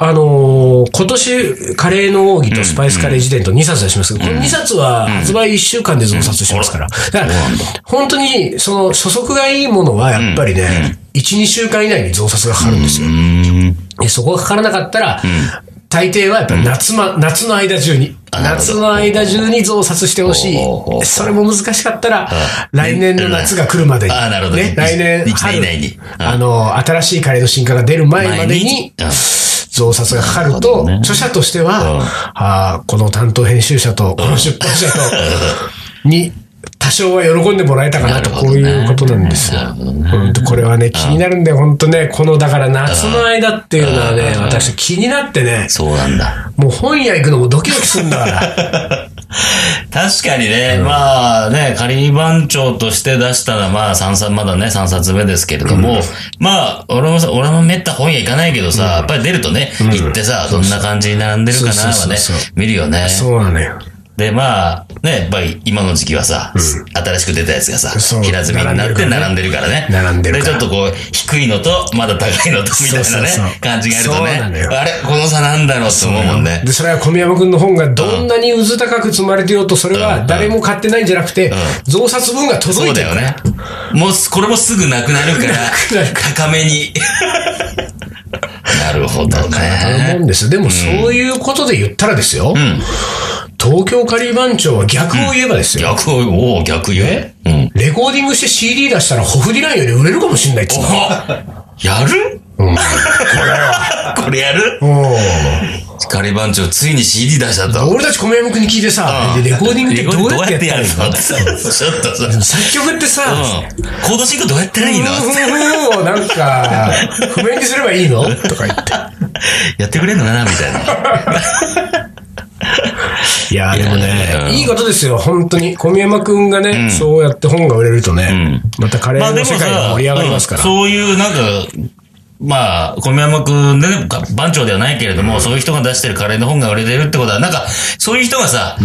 Speaker 1: あのー今年、カレーの奥義とスパイスカレー辞典と2冊出しますけど、この2冊は発売1週間で増刷してますから。だから本当に、その、初速がいいものはやっぱりね、1、2週間以内に増刷がかかるんですよ
Speaker 2: う。ーん。
Speaker 1: でそこがかからなかったら、大抵はやっぱり夏ま、夏の間中に、
Speaker 2: あなるほど
Speaker 1: 夏の間中に増刷してほしい
Speaker 2: ほうほうほうほ。う
Speaker 1: それも難しかったら、
Speaker 2: うん
Speaker 1: 来年の夏が来るまでに。
Speaker 2: あなるほど
Speaker 1: ね、来年
Speaker 2: 一
Speaker 1: 春
Speaker 2: 一年以内にうん
Speaker 1: あの、新しいカレーの進化が出る前までに、
Speaker 2: うん
Speaker 1: 増刷がかかる
Speaker 2: なるほ
Speaker 1: と、
Speaker 2: どね
Speaker 1: 著者として
Speaker 2: う
Speaker 1: は、
Speaker 2: ん
Speaker 1: あーこの担当編集者と、この出版社と、に、多少は喜んでもらえたかなと、
Speaker 2: なるほ
Speaker 1: こ
Speaker 2: ど
Speaker 1: う
Speaker 2: ね
Speaker 1: いうことなんですよ。
Speaker 2: なるほどね
Speaker 1: うんとこれはね、気になるんだよ、本当ね。この、だから夏の間っていうのはね、私気になってね、
Speaker 2: そうなんだ。
Speaker 1: もう本屋行くのもドキドキするんだ から。
Speaker 2: 確かにね、まあね、仮番長として出したら、まあ三冊、まだね、3冊目ですけれども、まあ、俺もさ、俺もめった本屋行かないけどさ、やっぱり出るとね、行ってさ、どんな感じに並んでるかな
Speaker 1: そう
Speaker 2: は
Speaker 1: そう
Speaker 2: ね
Speaker 1: そう、
Speaker 2: 見るよね。
Speaker 1: そうなのよ。
Speaker 2: で、まあ、ね、やっぱり今の時期はさ、新しく出たやつが
Speaker 1: そ
Speaker 2: さ、
Speaker 1: う
Speaker 2: 平積みになって並
Speaker 1: 並
Speaker 2: ん
Speaker 1: ん
Speaker 2: で
Speaker 1: で
Speaker 2: るからね。
Speaker 1: 並んでるから
Speaker 2: で、ちょっとこう、低いのと、まだ高いのと、みたい
Speaker 1: そうそ
Speaker 2: な
Speaker 1: う
Speaker 2: ね
Speaker 1: そ、う
Speaker 2: 感じがあると
Speaker 1: そうなの
Speaker 2: ね。
Speaker 1: よ
Speaker 2: あれこの差なんだろうって思うもんね
Speaker 1: で、。それは小宮山君の本がどんなにうず高く積まれてようと、それ
Speaker 2: うん
Speaker 1: は誰も買ってないんじゃなくて、増刷分が届
Speaker 2: そ
Speaker 1: いうて
Speaker 2: だ
Speaker 1: る
Speaker 2: よね。もうす、これもすぐなくなるから
Speaker 1: くなる、
Speaker 2: 高めに。なるほど
Speaker 1: ある
Speaker 2: ね。
Speaker 1: もんですよ。でも、そういうことで言ったらですよ、東京カリー番長は逆を言えばですよ、
Speaker 2: 逆を、おう逆言えうん。
Speaker 1: レコーディングして CD 出したらホフディランより売れるかもしれないっつう
Speaker 2: お
Speaker 1: の。
Speaker 2: やる
Speaker 1: うん
Speaker 2: これやる
Speaker 1: おー
Speaker 2: カリ番長、ついに CD 出しちゃったわ。
Speaker 1: 俺たち小宮山君に聞いてさ、でレコーディングってどうやってやる
Speaker 2: の
Speaker 1: の
Speaker 2: ちょっとさ、
Speaker 1: 作曲ってさ、
Speaker 2: うん。コード進行どうやってやればいいの
Speaker 1: ふんふんふんを なんか、譜面にすればいいのとか言って。
Speaker 2: やってくれんのかなみたいな。
Speaker 1: いやーでも
Speaker 2: いや
Speaker 1: ね、
Speaker 2: ー
Speaker 1: いいことですよ、本当に。小宮山君がね、そうやって本が売れるとね、またカレーの世界が盛り上がりますから。
Speaker 2: そういうなんか、まあ、小宮山くんでね、か番長ではないけれども、そういう人が出してるカレーの本が売れてるってことは、なんか、そういう人がさ、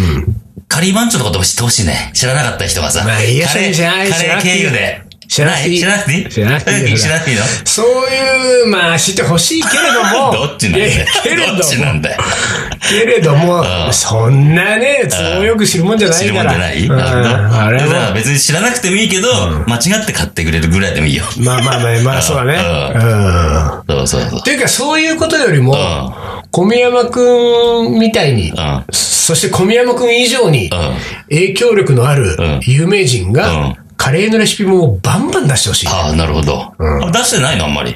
Speaker 2: カリー番長のことも知ってほしいね。知らなかった人がさ、
Speaker 1: まあいいや
Speaker 2: カレー、
Speaker 1: 知らない
Speaker 2: カレー経由で、
Speaker 1: 知らなくていい。
Speaker 2: 知らなくていい
Speaker 1: 知らなくていいよ。
Speaker 2: 知らなくていいの
Speaker 1: そういう、まあ、知ってほしいけれども。
Speaker 2: どっちな
Speaker 1: い
Speaker 2: んだ
Speaker 1: や
Speaker 2: よ。
Speaker 1: けれど
Speaker 2: どっちな
Speaker 1: も
Speaker 2: ん。だよ。
Speaker 1: けれども、そんなね、都合よく知るもんじゃな
Speaker 2: 知
Speaker 1: い
Speaker 2: る
Speaker 1: か
Speaker 2: もんじ
Speaker 1: ら。
Speaker 2: ゃない
Speaker 1: うんあれ
Speaker 2: だから
Speaker 1: は。
Speaker 2: 別に知らなくてもいいけど、間違って買ってくれるぐらいでもいいよ。
Speaker 1: まあまあまあ、まあそうだね。うん。っ
Speaker 2: そうそうそう。
Speaker 1: ていうか、そういうことよりも
Speaker 2: ん、
Speaker 1: 小宮山くんみたいに
Speaker 2: う、ん。
Speaker 1: そして小宮山くん以上に
Speaker 2: ん、
Speaker 1: 影響力のある
Speaker 2: ん
Speaker 1: 有名人
Speaker 2: う
Speaker 1: が
Speaker 2: ん、
Speaker 1: カレーのレシピもバンバン出してほしい。
Speaker 2: ああ、なるほど。あ出してないのあんまり。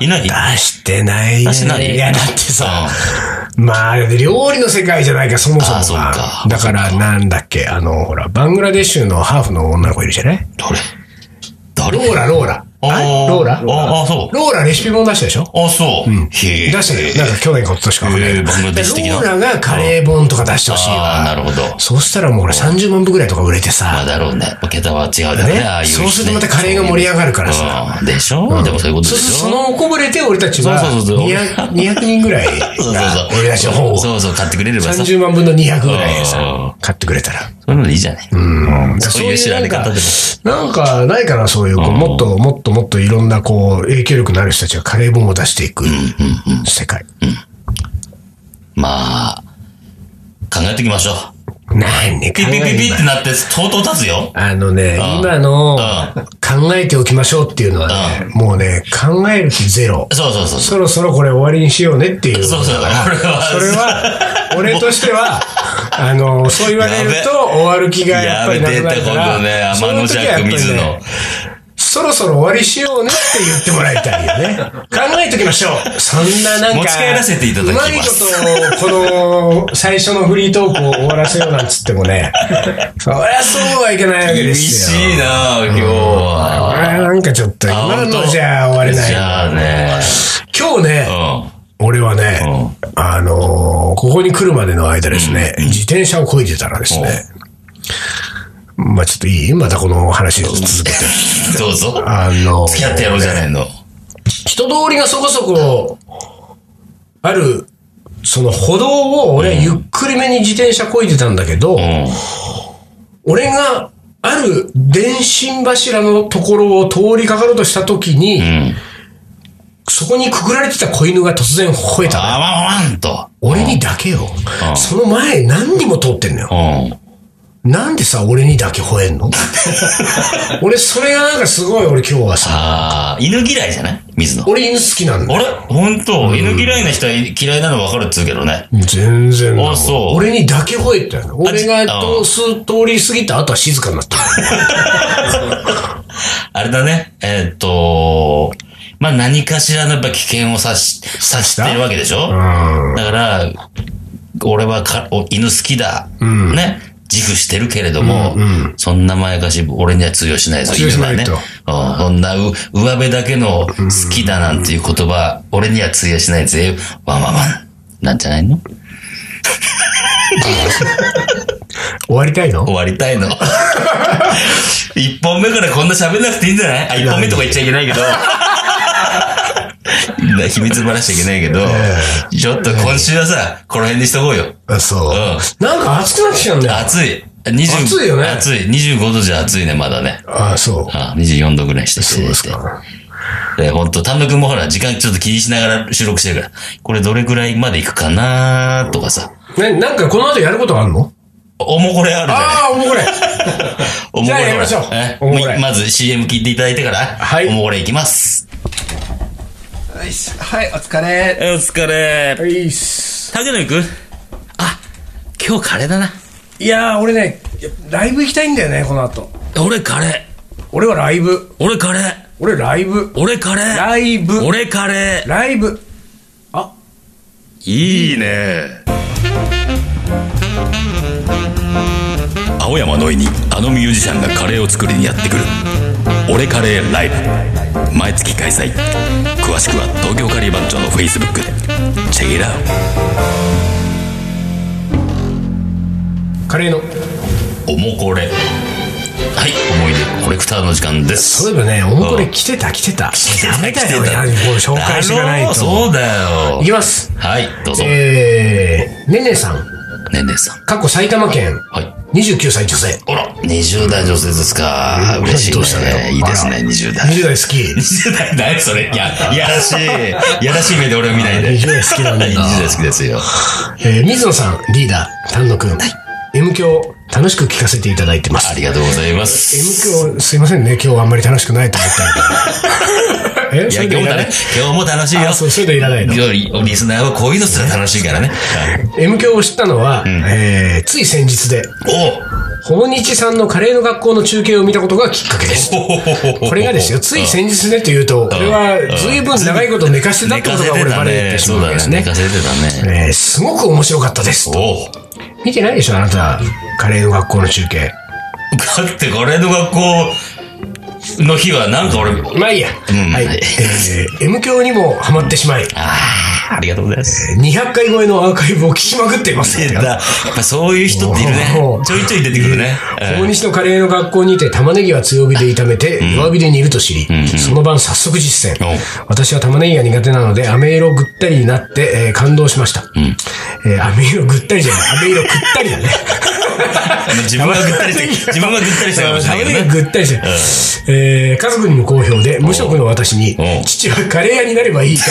Speaker 2: いない
Speaker 1: 出してないね
Speaker 2: 出してない
Speaker 1: いや、だってさ、まあ、料理の世界じゃないか、そもそも
Speaker 2: あそう
Speaker 1: が
Speaker 2: か
Speaker 1: だから、なんだっけ、あの、ほら、バングラデシュのハーフの女の子いるじゃない
Speaker 2: 誰
Speaker 1: ロ
Speaker 2: 誰
Speaker 1: ーラ、ローラ。
Speaker 2: あー
Speaker 1: あれローラ
Speaker 2: ああそう
Speaker 1: ローラレシピ本出したでしょ
Speaker 2: あ、そう。へえ。
Speaker 1: 出したよ。なんか去年か今年かわかんない
Speaker 2: へ
Speaker 1: け
Speaker 2: え
Speaker 1: ど
Speaker 2: バングラデシュ的な
Speaker 1: ローラがカレー本とか出してほしい
Speaker 2: ああ、
Speaker 1: わ。
Speaker 2: なるほど。
Speaker 1: そうしたらもうほら30万部ぐらいとか売れて
Speaker 2: まあ
Speaker 1: さ。
Speaker 2: だろうね。桁は違うだろうね。
Speaker 1: ね
Speaker 2: ああい。
Speaker 1: そうするとまたカレーが盛り上がるからさ。
Speaker 2: うんでしょでもそういうこと
Speaker 1: そ
Speaker 2: で
Speaker 1: うすると
Speaker 2: し
Speaker 1: そ
Speaker 2: ょ
Speaker 1: のおこぼれて俺たちは
Speaker 2: そうそうそうそう
Speaker 1: 200 200人ぐらいが
Speaker 2: そうそうそう。
Speaker 1: 俺たちの本を
Speaker 2: そうそう、買ってくれればさ。そうい
Speaker 1: 30万分の200ぐらいで
Speaker 2: う
Speaker 1: さ、買ってくれたら。
Speaker 2: うのでいいじゃない。
Speaker 1: うん
Speaker 2: そういう知られ方でも。
Speaker 1: なんか、ないかな、そういう、こうもっともっともっといろんな、こう、影響力のある人たちがカレー本を出していく世界。
Speaker 2: まあ、考えていきましょう。
Speaker 1: 何に考
Speaker 2: ピッピッピッ
Speaker 1: え
Speaker 2: ピッってなって、とうとう立つよ。
Speaker 1: あのね、
Speaker 2: ん
Speaker 1: 今の考えておきましょうっていうのはね、もうね、考える気ゼロ。
Speaker 2: そうそうそう。
Speaker 1: そろそろこれ終わりにしようねっていう。
Speaker 2: そうそう。俺は、
Speaker 1: それ は、俺としては、あの、そう言われると終わる気がやっぱりなくなるか
Speaker 2: や
Speaker 1: ら、
Speaker 2: めてっ
Speaker 1: そ
Speaker 2: てことね
Speaker 1: の時はやっぱりね
Speaker 2: 天の邪鬼水野
Speaker 1: そろそろ終わりしようねって言ってもらいたいよ ね。考えときましょう。そんな なんか、
Speaker 2: 持ち帰らせていただきます
Speaker 1: うまいこと、この、最初のフリートークを終わらせようなんつってもね、そりゃそうはいけないわけで
Speaker 2: 厳
Speaker 1: すよ。
Speaker 2: しいなあ今日
Speaker 1: これ
Speaker 2: は。
Speaker 1: はなんかちょっと、
Speaker 2: あ
Speaker 1: 今
Speaker 2: 本
Speaker 1: の
Speaker 2: 当
Speaker 1: じゃ終われない
Speaker 2: じ。ゃあね。
Speaker 1: 今日ね、俺はね、あのーここに来るまでの間ですね、自転車を漕いでたらですね、まあちょっといいまたこの話を続けて。
Speaker 2: うん。どうぞ。
Speaker 1: あのー
Speaker 2: 付き合ってやろうじゃないの。
Speaker 1: 人通りがそこそこある、その歩道を俺ゆっくりめに自転車漕いでたんだけど、
Speaker 2: うん。
Speaker 1: 俺がある電信柱のところを通りかかろうとした時に、
Speaker 2: うん。
Speaker 1: そこにくぐられてた子犬が突然吠えたの。
Speaker 2: あわわんと。
Speaker 1: 俺にだけよ。その前何人も通ってんのよ。
Speaker 2: うん。
Speaker 1: なんでさ、俺にだけ吠えん の俺、それがなんかすごい、俺今日はさ、
Speaker 2: ああ、犬嫌いじゃない水野。
Speaker 1: 俺犬好きなん
Speaker 2: あ
Speaker 1: だよ。
Speaker 2: れ本当犬嫌いな人は嫌いなの分かるっつうけどね。
Speaker 1: 全然な
Speaker 2: あそう
Speaker 1: 俺にだけ吠えてたの。俺が
Speaker 2: あ
Speaker 1: とす通り過ぎた後は静かになったの。
Speaker 2: あれだね。えーっと、まあ、何かしらのやっぱ危険を察し、察してるわけでしょだから、俺はかお犬好きだ。ね。自負してるけれども、そんなまやかし、俺には通用しないぞ、
Speaker 1: 通用し
Speaker 2: 犬
Speaker 1: な
Speaker 2: はいね。
Speaker 1: と
Speaker 2: うんそんなう、上辺だけの好きだなんていう言葉、俺には通用しないぜ。ワンワンワン。なんじゃないの
Speaker 1: 終わりたいの
Speaker 2: 終わりたいの。 一本目からこんな喋んなくていいんじゃないあ、一本目とか言っちゃい けないけど。秘密ばらしちゃいけないけど、ちょっと今週はさ、この辺にしとこうよ。
Speaker 1: あそう、
Speaker 2: う
Speaker 1: なんか暑くなってきたんだよ。
Speaker 2: 暑い。20
Speaker 1: 暑いよね
Speaker 2: 暑い。25度じゃ暑いね、まだね。
Speaker 1: あそう。
Speaker 2: あ24度ぐらいにしてして
Speaker 1: そう
Speaker 2: ね
Speaker 1: で
Speaker 2: し
Speaker 1: す
Speaker 2: て。
Speaker 1: か。
Speaker 2: で、ほんと、丹野くんもほら、時間ちょっと気にしながら収録してるから、これどれぐらいまで行くかなとかさ。
Speaker 1: ね、なんかこの後やることあるの
Speaker 2: おもこれあるじゃない
Speaker 1: ああ、おもこれ。
Speaker 2: おも
Speaker 1: じ
Speaker 2: こ
Speaker 1: ゃあ
Speaker 2: れ
Speaker 1: やりましょう
Speaker 2: え
Speaker 1: おもこれ
Speaker 2: まず CM 聞いていただいてから、
Speaker 1: はい
Speaker 2: おもこれいきます。
Speaker 1: はい、お疲れ。
Speaker 2: お疲れ。
Speaker 1: いいっす。
Speaker 2: 竹野行くあ、今日カレーだな。
Speaker 1: いやー、俺ね、ライブ行きたいんだよね、この後。
Speaker 2: 俺カレ
Speaker 1: 俺はライブ。
Speaker 2: ー。俺カレー。
Speaker 1: 俺ライブ。
Speaker 2: 俺カレー。
Speaker 1: ライブ。
Speaker 2: 俺カレ
Speaker 1: ライブ。
Speaker 2: ー。いいね。
Speaker 3: 青山のいにあのミュージシャンがカレーを作りにやってくる「俺カレーライブ」毎月開催詳しくは東京カリー番長のフェイスブックでチェックイラ
Speaker 1: カレーの。
Speaker 2: おもこれ。はい、思い出コレクターの時間です。
Speaker 1: そういえばね、おもこれ来てた来てた。ダメだよ、俺。もう紹介していかない
Speaker 2: だろう
Speaker 1: と。
Speaker 2: そうだよ
Speaker 1: いき。ます。
Speaker 2: はい、どうぞ。
Speaker 1: えー、ねねさん、
Speaker 2: ねんねんさん。
Speaker 1: 過去埼玉県
Speaker 2: はい。
Speaker 1: 29歳女性。
Speaker 2: あら、20代女性ですか。嬉しい
Speaker 1: どうしたの
Speaker 2: ね。いいですね、20代。
Speaker 1: 20代好き。
Speaker 2: 20代、 何それ。いや、いやらしい。いやらしい目で俺を見ないで。
Speaker 1: 20代好きなんだ
Speaker 2: 20代好きですよ。
Speaker 1: えー水野さん、リーダー、丹野くん。M 響、楽しく聞かせていただいてます。
Speaker 2: ありがとうございます。
Speaker 1: M 響、すいませんね、今日あんまり楽しくないと思ったんでえ
Speaker 2: い
Speaker 1: そ
Speaker 2: や、
Speaker 1: れで
Speaker 2: 今日
Speaker 1: い
Speaker 2: も
Speaker 1: ら
Speaker 2: だ
Speaker 1: な
Speaker 2: ね
Speaker 1: い。
Speaker 2: 今日も楽しいよ。
Speaker 1: あそう、それでいらないの。
Speaker 2: いやリスナーはこういうのすら楽しいからね。
Speaker 1: M 響を知ったのは、えーつい先日で、訪日さんのカレーの学校の中継を見たことがきっかけです。
Speaker 2: お
Speaker 1: これがですよ、つい先日ねというと、これは随分長いこと寝かしてたっ
Speaker 2: 寝
Speaker 1: て
Speaker 2: か
Speaker 1: こと
Speaker 2: せ
Speaker 1: が
Speaker 2: て
Speaker 1: 俺
Speaker 2: た
Speaker 1: バレ
Speaker 2: ね。
Speaker 1: てし
Speaker 2: そ
Speaker 1: まう
Speaker 2: う
Speaker 1: わ
Speaker 2: だ
Speaker 1: けで。
Speaker 2: ね
Speaker 1: すね
Speaker 2: 寝か。せてたね。
Speaker 1: えーすごく面白かったです。
Speaker 2: おう
Speaker 1: 見てないでしょ、あなた。カレーの学校の中継。
Speaker 2: だって、これの学校の日はなんか俺、
Speaker 1: まあいいや。
Speaker 2: ん
Speaker 1: はい。
Speaker 2: はい
Speaker 1: えー M 教にもハマってしまい、
Speaker 2: ああ、ありがとうございます。
Speaker 1: 200回超えのアーカイブを聞きまくっています。
Speaker 2: だ、やっぱそういう人っているね
Speaker 1: お。ー
Speaker 2: ちょいちょい出てくるね。
Speaker 1: 大西のカレーの学校にて玉ねぎは強火で炒めて弱火で煮ると知り、その晩早速実践
Speaker 2: おう。
Speaker 1: 私は玉ねぎが苦手なので、飴色ぐったりになって、えー感動しました。えー飴色ぐったりじゃない、飴色ぐったりだ ね。
Speaker 2: うん自分がぐった りして、自分がぐったりしてるかもしれない
Speaker 1: 飴
Speaker 2: けど
Speaker 1: 色
Speaker 2: ね。
Speaker 1: ぐったりじゃない。えー家族にも好評で、無職の私に
Speaker 2: おう、
Speaker 1: 父はカレー屋になればい いと、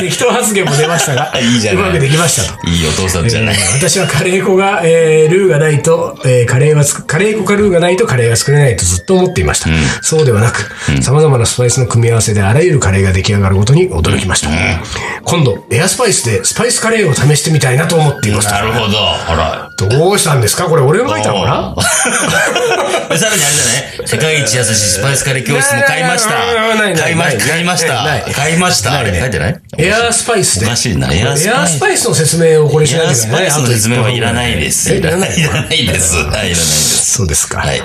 Speaker 1: 適当発言も出ましたが、
Speaker 2: いいじゃ
Speaker 1: う
Speaker 2: ない
Speaker 1: まくできましたと。
Speaker 2: いいお父さんじゃない。
Speaker 1: えー 私はカレー粉が、えールーがないと、えーカレーはつくカレー粉かルーがないとカレーが作れないとずっと思っていました。そうではなく、様々なスパイスの組み合わせであらゆるカレーが出来上がることに驚きました。今度、エアスパイスでスパイスカレーを試してみたいなと思っていました。
Speaker 2: なるほど。ほら。
Speaker 1: どうしたんですかこれ俺が書いたのかな
Speaker 2: おー でさらにあれじゃない世界一優しいスパイスカレー教室も買いました
Speaker 1: ないないないない。
Speaker 2: 買いまし
Speaker 1: ないないな
Speaker 2: た。買いました。
Speaker 1: い
Speaker 2: 買いました。あれ書いてない
Speaker 1: エアスパイスで。
Speaker 2: おかしいな
Speaker 1: エ
Speaker 2: エ
Speaker 1: ア
Speaker 2: アスパイス
Speaker 1: スパイスの説明をこれし
Speaker 2: エ
Speaker 1: ないと
Speaker 2: ア
Speaker 1: いけ
Speaker 2: ス
Speaker 1: な
Speaker 2: パ
Speaker 1: い。
Speaker 2: イスの説明はいらないです。
Speaker 1: えい
Speaker 2: い
Speaker 1: ら
Speaker 2: ら
Speaker 1: な
Speaker 2: ないい。いらない です。はい、いらないです。
Speaker 1: そうですか。
Speaker 2: はい。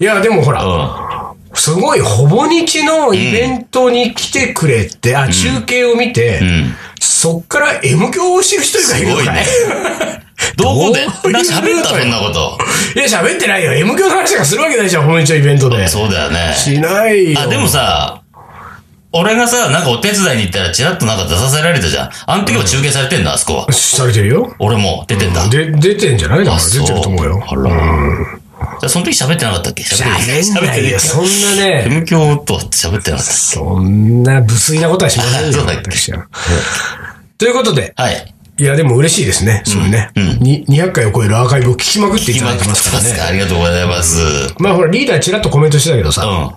Speaker 1: いや、でもほら、
Speaker 2: う
Speaker 1: すごい、ほぼ日のイベントに来てくれて、あ、中継を見て、
Speaker 2: ん
Speaker 1: そっから M 教を知る人がいるのかい
Speaker 2: すん。どこで
Speaker 1: どういう
Speaker 2: な、喋った
Speaker 1: ルートよ
Speaker 2: そんなこと。
Speaker 1: いや、喋ってないよ。M 教の話がするわけないじゃん、ほぼ日のイベントで。
Speaker 2: そうだよね。
Speaker 1: しないよ。
Speaker 2: あ、でもさ、俺がさ、なんかお手伝いに行ったらチラッとなんか出させられたじゃん。あの時も中継されてんだ、あそこは。
Speaker 1: されてるよ。
Speaker 2: 俺も出てんだ。
Speaker 1: で、出てんじゃないだか
Speaker 2: あ
Speaker 1: ら、出てると思うよ。
Speaker 2: あら。じゃあその時喋ってなかったっけ
Speaker 1: 喋
Speaker 2: 喋
Speaker 1: ん
Speaker 2: って
Speaker 1: ないよ。そんなね。
Speaker 2: M 教と喋ってなかったっ
Speaker 1: そんな無粋なことはしませんよ
Speaker 2: あそうだっけ
Speaker 1: 私は。ということで、
Speaker 2: けはい。
Speaker 1: いや、でも嬉しいですね。そういうね。に200回を超えるアーカイブを聞きまくっていただいてますから
Speaker 2: 聞きまくってます
Speaker 1: ね。
Speaker 2: ありがとうございます。う
Speaker 1: まあほら、リーダーちらっとコメントしてたけどさ、
Speaker 2: ん。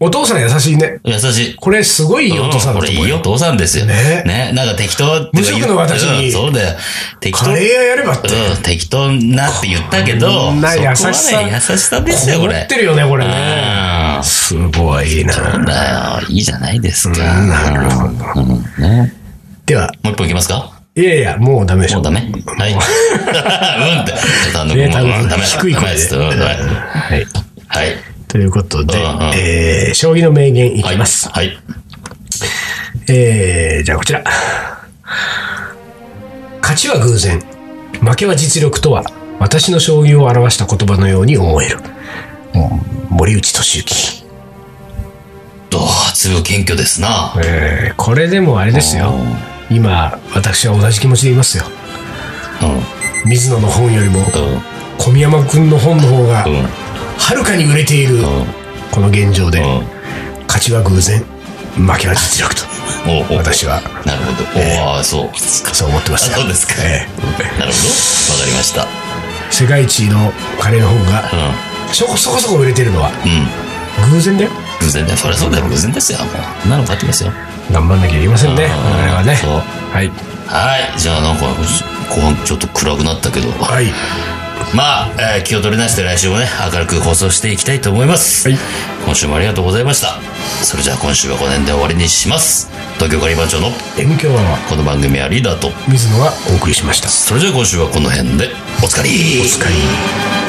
Speaker 1: お父さん優しいね。
Speaker 2: 優しい。
Speaker 1: これすごいいいお父さん
Speaker 2: う
Speaker 1: だ
Speaker 2: これ
Speaker 1: と
Speaker 2: い
Speaker 1: 思う
Speaker 2: い
Speaker 1: よ。
Speaker 2: お父さんですよ。
Speaker 1: ね
Speaker 2: ね。なんか適当って言う
Speaker 1: 無職の私に
Speaker 2: うんそうだよ。適当。
Speaker 1: カレー屋やればって。
Speaker 2: うん、適当なって言ったけど、
Speaker 1: こんな優しさ
Speaker 2: そこはね優しさですよ、こ
Speaker 1: 思
Speaker 2: れ。
Speaker 1: ってるよね、これね。
Speaker 2: ああ、
Speaker 1: すごいな。
Speaker 2: だよ、いいじゃないですか。
Speaker 1: なるほど。
Speaker 2: うんね、
Speaker 1: では、
Speaker 2: もう一本いきますか
Speaker 1: いやいや、もうダメでし
Speaker 2: も
Speaker 1: ょ
Speaker 2: う。ダメはい。 うんって。ちょっとあの、
Speaker 1: ね
Speaker 2: もう
Speaker 1: 多分
Speaker 2: うんダメ
Speaker 1: 低い声で
Speaker 2: ダメですうんはい。
Speaker 1: はい。
Speaker 2: はい。
Speaker 1: ということで、
Speaker 2: うんうん
Speaker 1: えー、将棋の名言い
Speaker 2: は
Speaker 1: き
Speaker 2: い。
Speaker 1: ます。
Speaker 2: はい。
Speaker 1: えー、じゃあこちら。勝ちは偶然、負けは実力とは、私の将棋を表した言葉のように思える。うん森内俊之。
Speaker 2: どう、強い謙虚ですな。
Speaker 1: えー、これでもあれですよ。今、私は同じ気持ちでいますよ。
Speaker 2: う
Speaker 1: 水野の本よりも、
Speaker 2: ん。うん。
Speaker 1: 小宮山君の本の方が
Speaker 2: う、ん。
Speaker 1: はるかに売れている、
Speaker 2: うん。
Speaker 1: この現状で、
Speaker 2: うん。
Speaker 1: 勝ちは偶然、負けは実力と、
Speaker 2: おうおう
Speaker 1: 私は、
Speaker 2: なるほど。おお、そうですか。
Speaker 1: そう思ってま
Speaker 2: あ
Speaker 1: すよ
Speaker 2: そうですか。
Speaker 1: え
Speaker 2: なるほど。わかりました。
Speaker 1: ー世界一のカレーの本が、
Speaker 2: うん。
Speaker 1: そこそこそこ売れてるのは、
Speaker 2: うん。
Speaker 1: 偶然だよ。
Speaker 2: 偶然だよ。そりゃそうだよ。偶然ですよ。もう。そんなの買ってますよ。
Speaker 1: 頑張んなきゃいけませんね。我
Speaker 2: うん
Speaker 1: 々はね。
Speaker 2: そう
Speaker 1: はい。
Speaker 2: はい。じゃあ、なんか、後半ちょっと暗くなったけど。
Speaker 1: はい。
Speaker 2: まあ、えー気を取り直して来週もね、明るく放送していきたいと思います。
Speaker 1: はい
Speaker 2: 今週もありがとうございました。それじゃあ今週はこの辺で終わりにします。東京カリバン長の
Speaker 1: M 強アワー、
Speaker 2: この番組はリーダーと、
Speaker 1: 水野がお送りしました。
Speaker 2: それじゃあ今週はこの辺で、おつかり
Speaker 1: お疲れ。